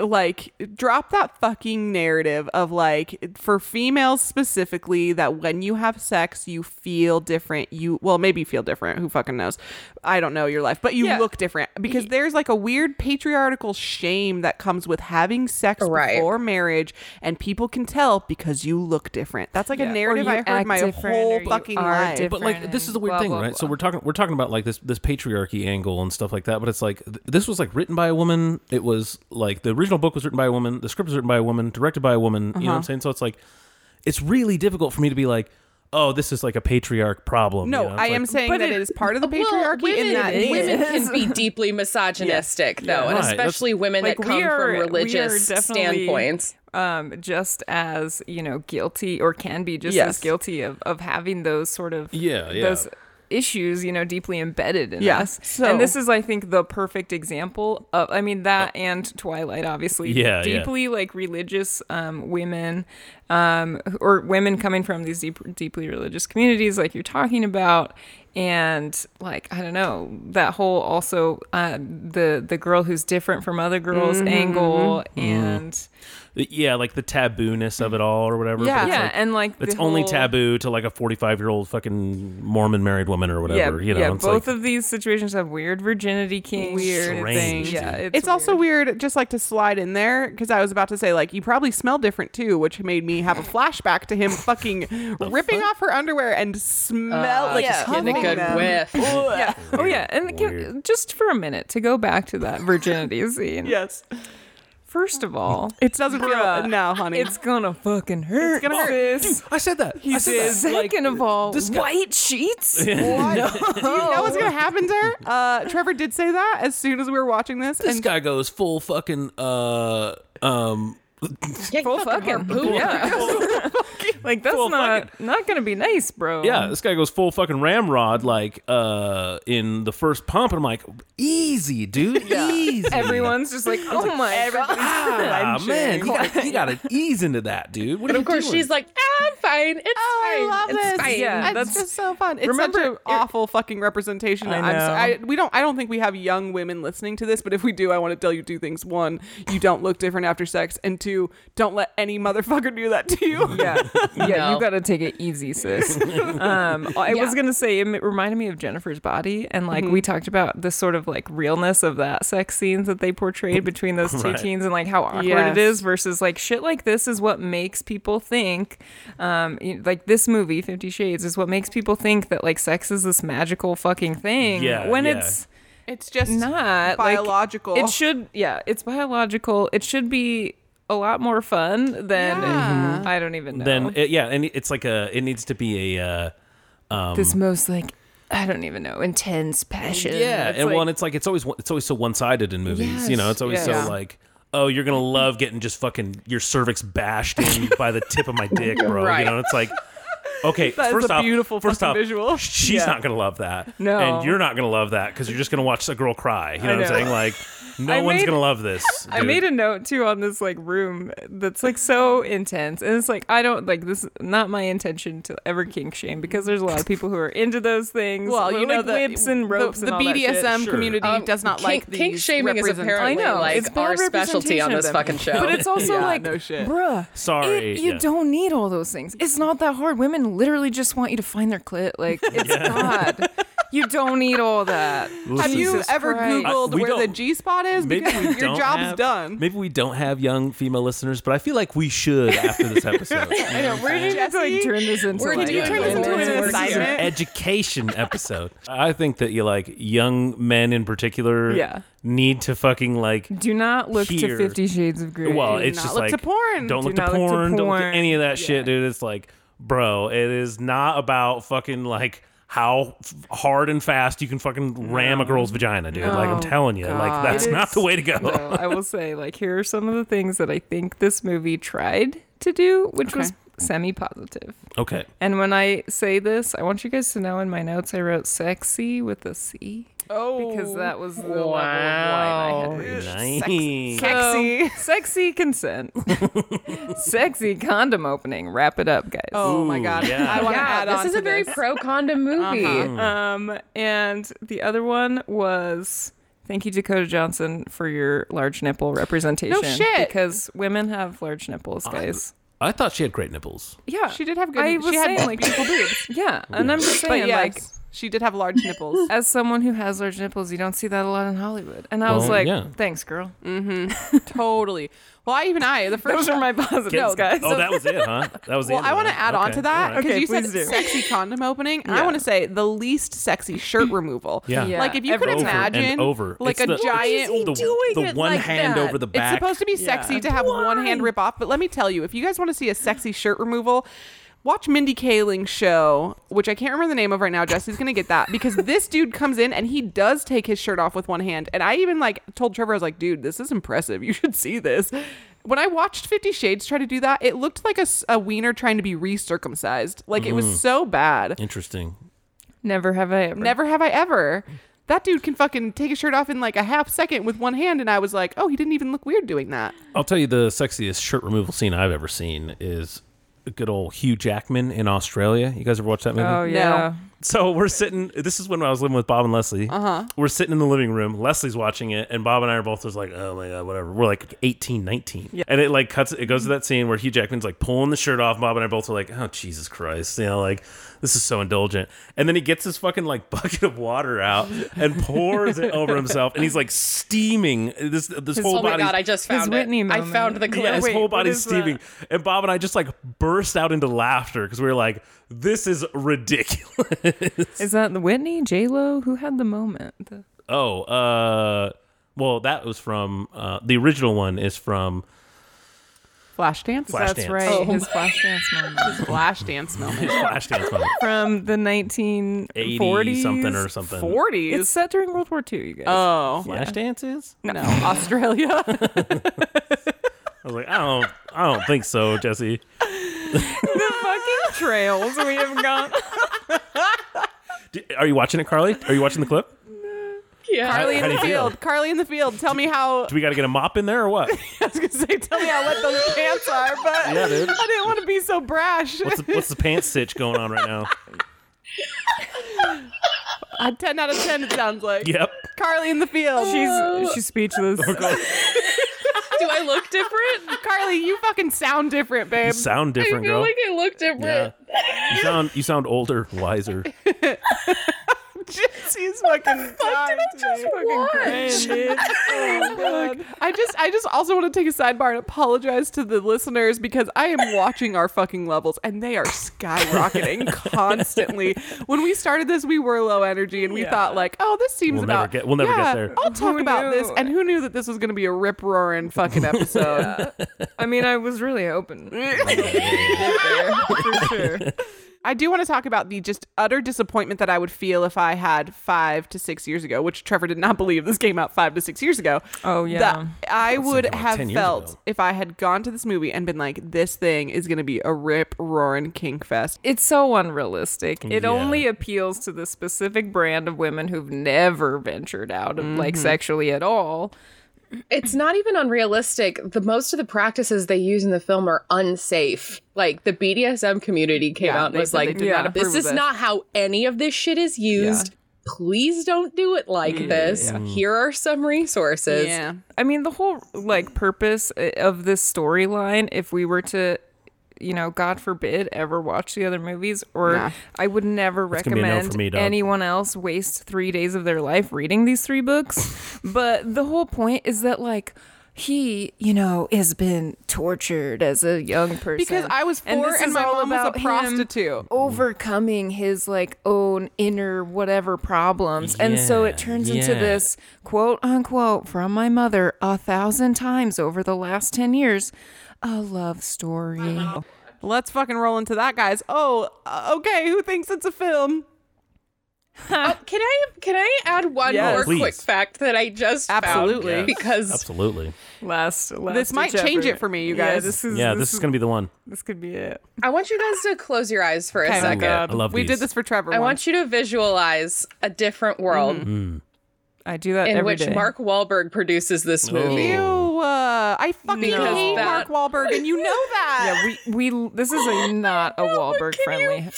Speaker 1: like, drop that fucking narrative of like, for females specifically, that when you have sex, you feel different. You, well, maybe you feel different. Who fucking knows? I don't know your life, but you
Speaker 3: Yeah.
Speaker 1: look different because there's like a weird patriarchal shame that comes with having sex
Speaker 4: Right.
Speaker 1: before marriage, and people can tell because you look different. That's like a narrative I heard my whole fucking life.
Speaker 2: but like this is the weird thing, right? So we're talking we're talking about like this this patriarchy angle and stuff like that. But it's like th- this was like written by a woman. It was like the original book was written by a woman. The script was written by a woman, directed by a woman. You know
Speaker 1: Uh-huh.
Speaker 2: what I'm saying? So it's like it's really difficult for me to be like, oh, this is like a patriarch problem.
Speaker 1: no,
Speaker 2: you know? It's
Speaker 1: I
Speaker 2: like-
Speaker 1: am saying
Speaker 3: But
Speaker 1: that
Speaker 3: it-
Speaker 1: it is part of the
Speaker 4: Well,
Speaker 1: patriarchy
Speaker 4: women,
Speaker 1: in that
Speaker 3: is.
Speaker 1: women
Speaker 4: women can be deeply misogynistic, though, and
Speaker 2: Right, that's-
Speaker 4: especially women
Speaker 3: Like,
Speaker 4: that
Speaker 3: we
Speaker 4: come
Speaker 3: are- we
Speaker 4: from
Speaker 3: are
Speaker 4: religious
Speaker 3: definitely-
Speaker 4: standpoints.
Speaker 3: um, just as you know guilty or can be just as
Speaker 1: Yes.
Speaker 3: guilty of, of having those sort of
Speaker 2: Yeah, yeah.
Speaker 3: those issues you know deeply embedded in
Speaker 1: Yeah,
Speaker 3: us
Speaker 1: so-
Speaker 3: and this is i think the perfect example of i mean that and twilight obviously
Speaker 2: Yeah, yeah.
Speaker 3: deeply like religious um, women um, or women coming from these deep, deeply religious communities like you're talking about and like i don't know that whole also uh, the the girl who's different from other girls
Speaker 1: Mm-hmm,
Speaker 3: angle
Speaker 2: Mm-hmm.
Speaker 3: and
Speaker 2: yeah, like the tabooness of it all or whatever. but
Speaker 1: Mm. Yeah.
Speaker 2: it's
Speaker 3: yeah,
Speaker 2: like-
Speaker 3: and like
Speaker 2: it's
Speaker 3: the
Speaker 2: only
Speaker 3: whole-
Speaker 2: taboo to like a 45 year old fucking Mormon married woman or whatever.
Speaker 3: Yeah,
Speaker 2: you know,
Speaker 3: yeah.
Speaker 2: it's
Speaker 3: Both
Speaker 2: like,
Speaker 3: of these situations have weird virginity kinks,
Speaker 2: Weird Strange, things. dude.
Speaker 3: Yeah, it's,
Speaker 1: it's also weird just like to slide in there because i was about to say like you probably smell different too which made me have a flashback to him fucking ripping off her underwear and smell like
Speaker 4: Just Uh, getting a
Speaker 1: huffing
Speaker 4: good
Speaker 1: them.
Speaker 4: whiff.
Speaker 3: Yeah. Oh yeah, and can-
Speaker 2: Weird.
Speaker 3: just for a minute to go back to that virginity scene.
Speaker 1: yes
Speaker 3: First of all,
Speaker 1: it doesn't feel
Speaker 3: Bruh.
Speaker 1: no honey
Speaker 3: it's gonna fucking hurt.
Speaker 1: gonna hurt.
Speaker 3: sis.
Speaker 2: I said that.
Speaker 3: He says, second of all,
Speaker 2: this guy-
Speaker 3: white sheets.
Speaker 1: What? Do you know what's gonna happen to her? Uh, Trevor did say that as soon as we were watching this,
Speaker 2: this
Speaker 1: and
Speaker 2: guy goes full fucking uh um
Speaker 4: Yeah,
Speaker 3: Full
Speaker 4: you fucking
Speaker 3: fucking
Speaker 4: harpoon it.
Speaker 3: yeah. like that's
Speaker 2: Full
Speaker 3: not not gonna be nice, bro.
Speaker 2: yeah this guy goes full fucking ramrod like uh in the first pump and i'm like easy dude easy
Speaker 3: Everyone's just like, oh my god.
Speaker 2: ah, man you gotta, you gotta ease into that dude what
Speaker 4: But of course, she's like, ah, "I'm fine. It's
Speaker 1: Oh,
Speaker 4: fine.
Speaker 1: I love
Speaker 4: it's
Speaker 1: this!
Speaker 4: Fine.
Speaker 3: Yeah.
Speaker 1: it's
Speaker 3: that's-
Speaker 1: just so fun. It's
Speaker 3: Remember-
Speaker 1: such an awful fucking representation.
Speaker 3: I
Speaker 1: I'm
Speaker 3: know.
Speaker 1: so- I- we don't. I don't think we have young women listening to this, but if we do, I want to tell you two things: one, you don't look different after sex, and two, don't let any motherfucker do that to you.
Speaker 3: Yeah, yeah,
Speaker 4: No.
Speaker 3: you gotta take it easy, sis. Um, I was gonna say it m- reminded me of Jennifer's body, and like we
Speaker 2: Mm-hmm.
Speaker 3: talked about the sort of like realness of that sex scenes that they portrayed between those two
Speaker 2: Right.
Speaker 3: teens, and like how awkward
Speaker 1: Yes.
Speaker 3: it is versus like shit like this is what makes people think, um, you- like this movie Fifty Shades is what makes people think that like sex is this magical fucking thing,
Speaker 2: Yeah,
Speaker 3: when
Speaker 2: yeah.
Speaker 3: it's
Speaker 1: It's just
Speaker 3: not like,
Speaker 1: biological.
Speaker 3: it should, yeah, it's biological. It should be. A lot more fun than
Speaker 1: Yeah.
Speaker 2: Mm-hmm.
Speaker 3: I don't even know.
Speaker 2: then it, yeah and it's like a it needs to be a uh
Speaker 3: this most like I don't even know intense passion.
Speaker 2: yeah
Speaker 3: It's
Speaker 2: and
Speaker 3: like,
Speaker 2: one it's like it's always one- it's always so one-sided in movies you know
Speaker 3: Yes,
Speaker 2: it's always
Speaker 3: yes.
Speaker 2: so like oh you're gonna love getting just fucking your cervix bashed in by the tip of my dick bro
Speaker 4: Right.
Speaker 2: you know it's like okay
Speaker 1: That is
Speaker 2: first
Speaker 1: a
Speaker 2: off
Speaker 1: beautiful
Speaker 2: first
Speaker 1: fucking
Speaker 2: off
Speaker 1: visual.
Speaker 2: she's not gonna love that
Speaker 3: No.
Speaker 2: and you're not gonna love that because you're just gonna watch a girl cry you know,
Speaker 3: I
Speaker 2: what i'm
Speaker 3: know.
Speaker 2: saying like no
Speaker 3: I
Speaker 2: one's
Speaker 3: made-
Speaker 2: gonna love this
Speaker 3: I
Speaker 2: dude.
Speaker 3: made a note too on this like room that's like so intense, and it's like I don't like this. is Not my intention to ever kink shame because there's a lot of people who are into those things.
Speaker 1: well,
Speaker 3: We're,
Speaker 1: you know
Speaker 3: like,
Speaker 1: the
Speaker 3: whips and ropes.
Speaker 1: The, the
Speaker 3: and all that shit.
Speaker 1: BDSM
Speaker 2: Sure.
Speaker 1: community
Speaker 4: Um,
Speaker 1: does not
Speaker 4: kink-
Speaker 1: like these
Speaker 4: kink shaming is
Speaker 1: represent-
Speaker 4: apparently,
Speaker 3: I know
Speaker 4: like,
Speaker 3: it's bad
Speaker 4: our specialty on
Speaker 3: representation of
Speaker 4: this
Speaker 3: them.
Speaker 4: fucking show.
Speaker 3: but it's also
Speaker 1: Yeah,
Speaker 3: like,
Speaker 1: no shit.
Speaker 3: bruh,
Speaker 2: Sorry,
Speaker 3: it- you
Speaker 2: yeah.
Speaker 3: don't need all those things. It's not that hard. Women literally just want you to find their clit. Like, it's God, you don't need all that.
Speaker 1: Have you
Speaker 3: Jesus
Speaker 1: ever
Speaker 3: Christ.
Speaker 1: Googled
Speaker 2: I- we
Speaker 1: where the
Speaker 2: don't-
Speaker 1: G spot is?
Speaker 2: Maybe
Speaker 1: Because
Speaker 2: we
Speaker 1: your
Speaker 2: don't
Speaker 1: job's
Speaker 2: have-
Speaker 1: done.
Speaker 2: Maybe we don't have young female listeners, but I feel like we should after this episode. You know,
Speaker 3: We're just
Speaker 1: Jesse,
Speaker 3: like turn this into
Speaker 4: we're
Speaker 3: like,
Speaker 4: doing
Speaker 1: turn this into
Speaker 4: women's
Speaker 1: an
Speaker 4: work
Speaker 1: assignment?
Speaker 4: here.
Speaker 2: education episode. I think that you like young men in particular
Speaker 3: Yeah.
Speaker 2: need to fucking like
Speaker 3: Do not look to
Speaker 2: Here.
Speaker 3: Fifty Shades of Grey.
Speaker 2: well,
Speaker 1: Do
Speaker 2: it's
Speaker 1: not
Speaker 2: just
Speaker 1: look
Speaker 2: like
Speaker 1: to porn.
Speaker 2: Don't
Speaker 3: Do
Speaker 2: look to
Speaker 3: not look to
Speaker 2: porn. Don't look
Speaker 3: porn.
Speaker 2: to any of that shit, dude. It's like, bro, it is not about fucking like how f- hard and fast you can fucking ram a girl's vagina, dude. like I'm
Speaker 3: Oh,
Speaker 2: telling you, like
Speaker 1: God.
Speaker 2: that's
Speaker 3: It
Speaker 2: not
Speaker 3: is-
Speaker 2: the way to go.
Speaker 3: No, I will say, like, here are some of the things that I think this movie tried to do, which was
Speaker 1: Okay.
Speaker 3: semi positive.
Speaker 2: okay.
Speaker 3: And when I say this, I want you guys to know in my notes I wrote sexy with a C
Speaker 1: Oh,
Speaker 3: because that was the level of wine I had
Speaker 4: Wow.
Speaker 3: reached.
Speaker 2: Nice.
Speaker 3: So,
Speaker 1: Sexy.
Speaker 3: sexy consent. sexy condom opening. Wrap it up, guys.
Speaker 1: Oh my
Speaker 2: Ooh,
Speaker 1: god!
Speaker 2: yeah.
Speaker 1: I want to
Speaker 4: Yeah,
Speaker 1: add on.
Speaker 4: this Uh-huh. is
Speaker 1: to
Speaker 4: a very
Speaker 1: this.
Speaker 4: pro condom movie.
Speaker 3: Um, and the other one was thank you, Dakota Johnson, for your large nipple representation.
Speaker 1: shit.
Speaker 3: Because women have large nipples, guys.
Speaker 2: I thought she had great nipples.
Speaker 3: yeah,
Speaker 1: She did have good.
Speaker 3: I was
Speaker 1: she had
Speaker 3: saying, like,
Speaker 1: beautiful boobs.
Speaker 3: Yeah, and I'm just saying,
Speaker 1: But yes,
Speaker 3: like,
Speaker 1: she did have large nipples.
Speaker 3: as someone who has large nipples, you don't see that a lot in Hollywood. And I was
Speaker 2: Well,
Speaker 3: like,
Speaker 2: yeah.
Speaker 3: thanks, girl.
Speaker 1: totally. Well, I even I the first
Speaker 3: Those are my positives,
Speaker 1: No,
Speaker 3: guys.
Speaker 2: Oh, that was it, huh? That was the
Speaker 1: Well,
Speaker 2: end
Speaker 1: I
Speaker 2: of
Speaker 1: want
Speaker 2: it.
Speaker 1: to add on
Speaker 2: Okay,
Speaker 1: to that
Speaker 2: all right.
Speaker 1: because
Speaker 3: Okay,
Speaker 1: you said
Speaker 3: please do.
Speaker 1: sexy condom opening. and I
Speaker 3: Yeah.
Speaker 1: want to say the least sexy shirt removal.
Speaker 2: Yeah.
Speaker 3: Yeah.
Speaker 1: Like if you
Speaker 3: Every
Speaker 1: could
Speaker 3: time.
Speaker 2: Over and
Speaker 1: imagine,
Speaker 2: over.
Speaker 1: like
Speaker 2: It's
Speaker 1: a
Speaker 2: the-
Speaker 1: giant.
Speaker 2: the, the one hand over the
Speaker 1: It's
Speaker 2: back.
Speaker 1: supposed to be sexy to have one hand rip off, but let me tell you, if you guys want to see a sexy shirt removal. Watch Mindy Kaling's show, which I can't remember the name of right now. Jesse's gonna get that because this dude comes in and he does take his shirt off with one hand. And I even like told Trevor, I was like, "Dude, this is impressive. You should see this." When I watched Fifty Shades try to do that, it looked like a, s- a wiener trying to be recircumcised. Like it
Speaker 2: Mm.
Speaker 1: was so bad.
Speaker 2: Interesting.
Speaker 3: Never have I ever.
Speaker 1: Never have I ever. That dude can fucking take his shirt off in like a half second with one hand, and I was like, oh, he didn't even look weird doing that.
Speaker 2: I'll tell you the sexiest shirt removal scene I've ever seen is good old Hugh Jackman in Australia. You guys ever watch that movie?
Speaker 3: Oh, yeah.
Speaker 2: So we're sitting. This is when I was living with Bob and Leslie. Uh
Speaker 4: Uh-huh.
Speaker 2: huh. We're sitting in the living room. Leslie's watching it, and Bob and I are both just like, "Oh my god, whatever." We're like 18, 19. Yeah. And it like cuts. It goes to that scene where Hugh Jackman's like pulling the shirt off. Bob and I both are like, "Oh Jesus Christ!" You know, like this is so indulgent. And then he gets his fucking like bucket of water out and pours it over himself, and he's like steaming. This this whole
Speaker 4: Oh my
Speaker 2: body.
Speaker 4: god, I just found
Speaker 3: Whitney
Speaker 4: it.
Speaker 3: moment.
Speaker 4: I found the clip.
Speaker 2: Yeah, his
Speaker 3: Wait,
Speaker 2: whole
Speaker 3: what
Speaker 2: body's
Speaker 3: is
Speaker 2: steaming. And Bob and I just like burst out into laughter because we were like, this is ridiculous.
Speaker 3: Is that the Whitney, J Lo? Who had the moment? The-
Speaker 2: oh, uh, well, that was from uh, the original one is from
Speaker 1: Flashdance?
Speaker 2: Flash-
Speaker 3: That's
Speaker 2: Flashdance.
Speaker 3: right,
Speaker 4: Oh
Speaker 3: his flashdance moment
Speaker 2: Oh.
Speaker 1: Flashdance moment.
Speaker 2: Flashdance moment,
Speaker 3: from the
Speaker 2: 80
Speaker 3: 1940s
Speaker 2: something or something.
Speaker 1: 40s?
Speaker 3: It's set during World War II, you guys.
Speaker 1: oh.
Speaker 2: Flashdance is?
Speaker 1: No, Australia.
Speaker 2: I was like, I don't, I don't think so, Jesse.
Speaker 3: the fucking trails we have gone.
Speaker 2: D- Are you watching it, Carly? Are you watching the clip?
Speaker 4: Yeah.
Speaker 1: Carly
Speaker 2: How-
Speaker 1: in
Speaker 2: how
Speaker 1: the
Speaker 2: do you feel?
Speaker 1: field. Carly in the field. Tell me how.
Speaker 2: Do we got to get a mop in there or what?
Speaker 1: I was gonna say, tell me how wet those pants are, but
Speaker 2: Yeah, dude.
Speaker 1: I didn't want to be so brash.
Speaker 2: What's the, what's the pants stitch going on right now?
Speaker 1: A ten out of ten. It sounds like.
Speaker 2: Yep.
Speaker 1: Carly in the field.
Speaker 2: Oh.
Speaker 3: She's she's speechless.
Speaker 4: Do I look different?
Speaker 1: Carly. You fucking sound different, babe.
Speaker 2: Sound
Speaker 4: I
Speaker 2: different,
Speaker 4: feel
Speaker 2: girl.
Speaker 4: like I look different.
Speaker 2: You sound, you sound older, wiser.
Speaker 1: Jesse's fucking. dying today.
Speaker 3: fucking cringe. dude. Oh, God.
Speaker 1: I just I just also want to take a sidebar and apologize to the listeners because I am watching our fucking levels and they are skyrocketing constantly. When we started this, we were low energy and we
Speaker 3: Yeah.
Speaker 1: thought like, oh, this seems
Speaker 2: We'll never
Speaker 1: about
Speaker 2: get- we'll never get
Speaker 1: yeah,
Speaker 2: there.
Speaker 1: I'll talk
Speaker 3: Who
Speaker 1: about this.
Speaker 3: knew?
Speaker 1: And who knew that this was gonna be a rip roaring fucking episode?
Speaker 3: I mean, I was really open. for sure.
Speaker 1: I do want to talk about the just utter disappointment that I would feel if I had five to six years ago, which Trevor did not believe this came out five to six years ago.
Speaker 3: Oh, yeah.
Speaker 1: That I would
Speaker 2: like
Speaker 1: have
Speaker 2: 10 years
Speaker 1: felt
Speaker 2: ago.
Speaker 1: if I had gone to this movie and been like, this thing is going to be a rip roaring kink fest.
Speaker 3: It's so unrealistic. It
Speaker 2: Yeah.
Speaker 3: only appeals to the specific brand of women who've never ventured out of like sexually at all.
Speaker 4: It's not even unrealistic. The most of the practices they use in the film are unsafe. Like the BDSM community came
Speaker 1: Yeah,
Speaker 4: out and
Speaker 1: they
Speaker 4: was
Speaker 1: said they
Speaker 4: like,
Speaker 1: did
Speaker 3: not
Speaker 4: "This
Speaker 1: approve
Speaker 4: is
Speaker 1: of it."
Speaker 4: not how any of this shit is used. Please don't do it like this. Here are some resources."
Speaker 1: Yeah.
Speaker 3: I mean, the whole like purpose uh, of this storyline, if we were to, you know, God forbid, ever watch the other movies, or
Speaker 1: Nah.
Speaker 3: I would
Speaker 2: gonna
Speaker 3: never
Speaker 2: be a no
Speaker 3: recommend
Speaker 2: for me, dog.
Speaker 3: anyone else waste three days of their life reading these three books. but the whole point is that, like, he, you know, has been tortured as a young person
Speaker 1: Because I was four
Speaker 3: this
Speaker 1: and
Speaker 3: is
Speaker 1: my
Speaker 3: all
Speaker 1: mom was a
Speaker 3: about him
Speaker 1: prostitute.
Speaker 3: overcoming his like own inner whatever problems and so
Speaker 2: Yeah,
Speaker 3: it turns into
Speaker 2: yeah.
Speaker 3: this quote unquote from my mother a thousand times over the last 10 years a love story
Speaker 1: Let's fucking roll into that, guys. Oh, uh, okay. Who thinks it's a film?
Speaker 4: Oh, can I can I add one
Speaker 1: Yes.
Speaker 4: more
Speaker 2: Please.
Speaker 4: quick fact that I just found?
Speaker 1: Absolutely. Yes,
Speaker 4: because
Speaker 2: Absolutely.
Speaker 3: Last, last
Speaker 1: This might
Speaker 3: ditch
Speaker 1: change
Speaker 3: effort.
Speaker 1: it for me, you
Speaker 3: Yeah,
Speaker 1: guys.
Speaker 3: this is
Speaker 2: Yeah,
Speaker 3: this,
Speaker 2: this is
Speaker 3: is,
Speaker 2: going to be the one.
Speaker 3: this could be it.
Speaker 4: I want you guys to close your eyes for a
Speaker 1: Okay.
Speaker 2: I
Speaker 1: Oh,
Speaker 4: second.
Speaker 2: love- I love
Speaker 1: we
Speaker 2: these.
Speaker 1: did this for Trevor.
Speaker 4: I
Speaker 1: once.
Speaker 4: want you to visualize a different world
Speaker 3: I do that
Speaker 4: in
Speaker 3: every
Speaker 4: which
Speaker 3: day.
Speaker 4: Mark Wahlberg produces this
Speaker 2: Oh.
Speaker 4: movie.
Speaker 1: Ew, uh, I fucking
Speaker 4: No.
Speaker 1: hate
Speaker 4: That-
Speaker 1: Mark Wahlberg, and you know that.
Speaker 3: yeah, we we this is a not a Wahlberg friendly.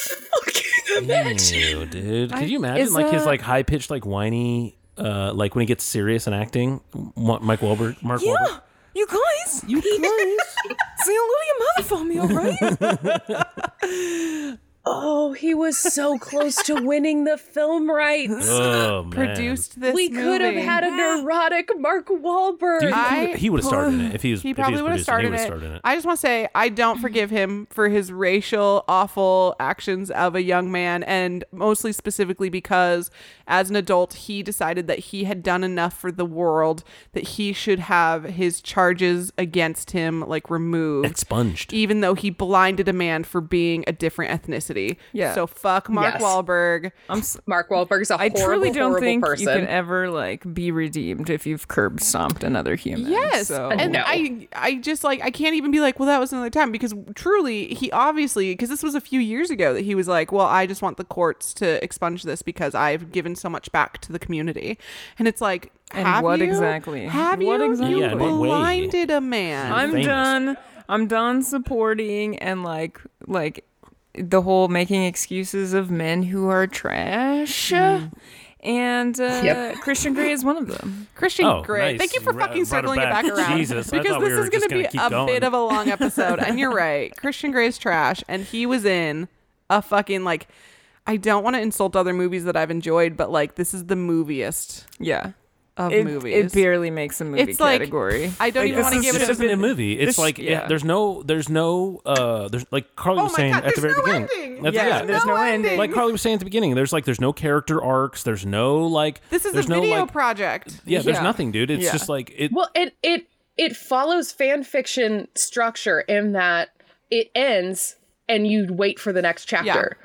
Speaker 4: Fucking imagine.
Speaker 2: Ew, dude. Could
Speaker 3: I-
Speaker 2: you imagine
Speaker 3: is
Speaker 2: like his
Speaker 3: that-
Speaker 2: like high pitched like whiny uh like when he gets serious in acting? Ma- Mike Wahlberg, Mark Wahlberg.
Speaker 3: You guys, you guys, say hello to your mother for me, all right?
Speaker 4: Oh, he was so close to winning the film rights.
Speaker 2: Oh man.
Speaker 1: Produced this.
Speaker 4: we could have
Speaker 1: movie.
Speaker 4: had a neurotic Mark
Speaker 2: Do you
Speaker 4: Wahlberg.
Speaker 2: think he
Speaker 1: I-
Speaker 2: would- he would have started in it if he was
Speaker 1: He
Speaker 2: if
Speaker 1: probably
Speaker 2: would have
Speaker 1: started,
Speaker 2: he
Speaker 1: it.
Speaker 2: started in it.
Speaker 1: I just want to say I don't forgive him for his racial awful actions of a young man, and mostly specifically because as an adult he decided that he had done enough for the world that he should have his charges against him like removed.
Speaker 2: Expunged.
Speaker 1: even though he blinded a man for being a different ethnicity.
Speaker 3: Yeah.
Speaker 1: So fuck Mark
Speaker 4: Yes.
Speaker 1: Wahlberg.
Speaker 3: I'm s-
Speaker 4: Mark Wahlberg's a
Speaker 3: I
Speaker 4: horrible,
Speaker 3: truly don't
Speaker 4: horrible
Speaker 3: think
Speaker 4: person.
Speaker 3: you can ever like be redeemed if you've curb stomped another human.
Speaker 1: Yes,
Speaker 3: so.
Speaker 1: and
Speaker 4: No.
Speaker 1: I, I just like I can't even be like, well, that was another time because truly, he obviously because this was a few years ago that he was like, well, I just want the courts to expunge this because I've given so much back to the community, and it's like,
Speaker 3: And
Speaker 1: have
Speaker 3: what
Speaker 1: you?
Speaker 3: exactly?
Speaker 1: Have
Speaker 3: What
Speaker 1: you?
Speaker 3: exactly?
Speaker 1: You
Speaker 2: Yeah, in what way?
Speaker 1: blinded a man.
Speaker 3: I'm
Speaker 2: famous.
Speaker 3: done. I'm done supporting and like like the whole making excuses of men who are trash. And uh,
Speaker 4: Yep.
Speaker 3: Christian Grey is one of them.
Speaker 1: Christian
Speaker 2: Oh,
Speaker 1: Gray.
Speaker 2: nice.
Speaker 1: Thank you for
Speaker 2: Ra-
Speaker 1: fucking
Speaker 2: brought it
Speaker 1: circling it
Speaker 2: back.
Speaker 1: back around.
Speaker 2: Jesus, I
Speaker 1: because
Speaker 2: thought we
Speaker 1: this
Speaker 2: were
Speaker 1: is
Speaker 2: just
Speaker 1: gonna be
Speaker 2: gonna keep
Speaker 1: a
Speaker 2: going.
Speaker 1: bit of a long episode. and you're right. Christian Gray's trash. And he was in a fucking like I don't want to insult other movies that I've enjoyed, but like this is the moviest
Speaker 3: Yeah.
Speaker 1: of
Speaker 3: It,
Speaker 1: movies.
Speaker 3: it barely makes a movie
Speaker 1: It's like-
Speaker 3: category.
Speaker 1: I don't
Speaker 3: Like,
Speaker 1: even
Speaker 3: this
Speaker 1: wanna
Speaker 3: is
Speaker 1: give it
Speaker 2: This
Speaker 3: just
Speaker 1: a-
Speaker 2: isn't a movie. It's
Speaker 3: this-
Speaker 2: like yeah.
Speaker 3: yeah.
Speaker 2: there's no there's no uh there's like Carly
Speaker 1: oh
Speaker 2: was
Speaker 1: my
Speaker 2: saying
Speaker 1: god,
Speaker 2: at
Speaker 1: there's
Speaker 2: the very
Speaker 1: no
Speaker 2: beginning.
Speaker 1: ending.
Speaker 2: That's-
Speaker 3: Yeah,
Speaker 2: yeah,
Speaker 3: there's no ending.
Speaker 2: like Carly was saying at the beginning, there's like there's no character arcs. There's no like
Speaker 1: this is a
Speaker 2: there's no,
Speaker 1: video
Speaker 2: like,
Speaker 1: project.
Speaker 2: yeah, there's
Speaker 3: Yeah.
Speaker 2: nothing, dude. It's
Speaker 3: Yeah.
Speaker 2: just like it.
Speaker 4: Well, it it it follows fan fiction structure in that it ends and you wait for the next chapter.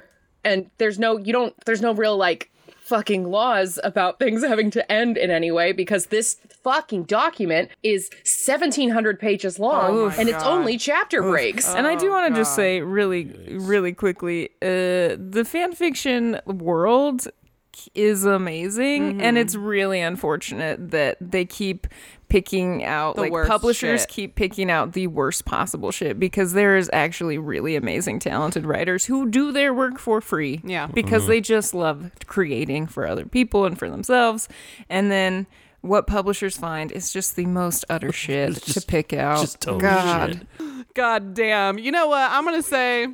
Speaker 4: And there's no you don't there's no real like fucking laws about things having to end in any way because this fucking document is 1700 pages long
Speaker 3: Oh my
Speaker 4: and it's
Speaker 3: God. Uh,
Speaker 4: only chapter breaks.
Speaker 3: And I
Speaker 1: Oh,
Speaker 3: do want to just say really, really quickly, uh, the fan fiction world is amazing,
Speaker 1: Mm-hmm.
Speaker 3: and it's really unfortunate that they keep picking out
Speaker 1: The
Speaker 3: like
Speaker 1: worst
Speaker 3: publishers
Speaker 1: shit.
Speaker 3: keep picking out the worst possible shit because there is actually really amazing talented writers who do their work for free
Speaker 1: Yeah.
Speaker 3: because
Speaker 2: Mm-hmm.
Speaker 3: they just love creating for other people and for themselves and then what publishers find is just the most utter shit to
Speaker 2: just-
Speaker 3: pick out
Speaker 2: just total
Speaker 3: god
Speaker 2: shit.
Speaker 1: God damn. You know what? I'm going to say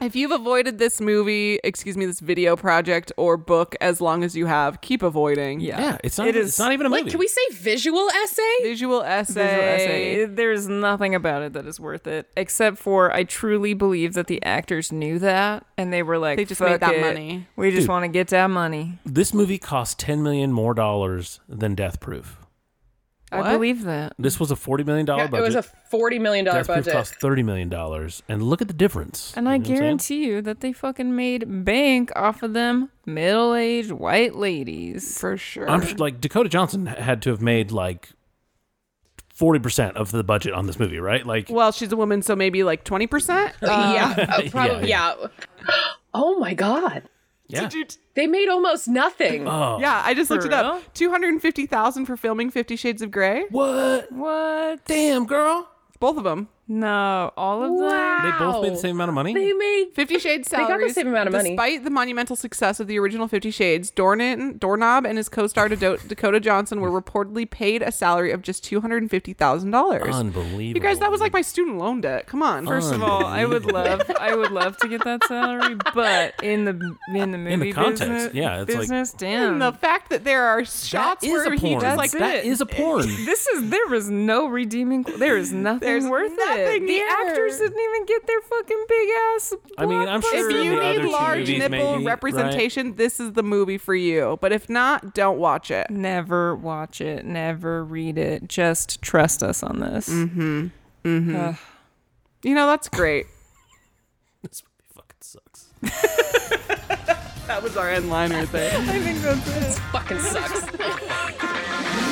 Speaker 1: if you've avoided this movie, excuse me, this video project or book as long as you have, keep avoiding.
Speaker 3: yeah
Speaker 2: yeah, it's not.
Speaker 3: it is
Speaker 2: it's not even a movie.
Speaker 4: like can we say visual essay?
Speaker 1: Visual essay.
Speaker 3: visual essay. It- There's nothing about it that is worth it, except for I truly believe that the actors knew that and they were like,
Speaker 1: They just
Speaker 3: "Fuck
Speaker 1: made that
Speaker 3: it.
Speaker 1: money."
Speaker 3: We just
Speaker 2: Dude.
Speaker 3: want to get that money."
Speaker 2: this movie cost ten million more dollars than Death Proof.
Speaker 1: What?
Speaker 3: I believe that.
Speaker 2: This was a forty million dollar
Speaker 4: Yeah, it
Speaker 2: budget.
Speaker 4: was a 40 million dollar
Speaker 2: Death Proof
Speaker 4: budget.
Speaker 2: cost thirty million dollars, and look at the difference.
Speaker 3: And
Speaker 2: You know
Speaker 3: I
Speaker 2: what I'm saying?
Speaker 3: guarantee you that they fucking made bank off of them middle-aged white ladies.
Speaker 1: For sure.
Speaker 2: I'm sure, like Dakota Johnson had to have made like forty percent of the budget on this movie, right? Like,
Speaker 1: well, she's a woman, so maybe like 20%?
Speaker 4: yeah, uh, probably yeah. Oh my god.
Speaker 2: yeah,
Speaker 4: They made almost nothing.
Speaker 1: yeah, I just looked it
Speaker 3: real?
Speaker 1: up. 250,000 for filming 50 Shades of Grey.
Speaker 2: what?
Speaker 3: What?
Speaker 2: Damn, girl,
Speaker 1: Both of them.
Speaker 3: No, all of them.
Speaker 2: they both made the same amount of money.
Speaker 4: They made
Speaker 1: 50 Shades
Speaker 4: got
Speaker 1: salaries.
Speaker 4: the same amount of money.
Speaker 1: Despite the monumental success of the original 50 Shades, Dornan, Doorknob and his co-star Dado- Dakota Johnson were reportedly paid a salary of just $250,000.
Speaker 2: Unbelievable.
Speaker 1: You guys, that was like my student loan debt. Come on.
Speaker 3: First of all, I would love, I would love to get that salary, but in the in the
Speaker 2: the
Speaker 3: movie
Speaker 2: context,
Speaker 3: business,
Speaker 2: yeah, it's like-
Speaker 3: business, damn,
Speaker 1: And the fact that there are
Speaker 2: That
Speaker 1: shots
Speaker 2: is
Speaker 1: where
Speaker 2: a
Speaker 1: he
Speaker 2: porn.
Speaker 1: just like
Speaker 2: that is a porn.
Speaker 3: This is there was no redeeming. There is nothing
Speaker 1: There's
Speaker 3: worth
Speaker 1: nothing here.
Speaker 3: it. The actors didn't even get their fucking big ass.
Speaker 2: I mean, I'm sure
Speaker 1: if
Speaker 2: Sure, the
Speaker 1: you
Speaker 2: other
Speaker 1: need
Speaker 2: two
Speaker 1: large
Speaker 2: movies
Speaker 1: nipple
Speaker 2: maybe,
Speaker 1: representation, this is the movie for you. But if not, don't watch it.
Speaker 3: Never watch it. Never read it. Just trust us on this. Mm-hmm. Mm-hmm.
Speaker 1: You know, that's great.
Speaker 2: this movie fucking sucks.
Speaker 5: That was our end line right there.
Speaker 1: I think that's it.
Speaker 4: Fucking sucks.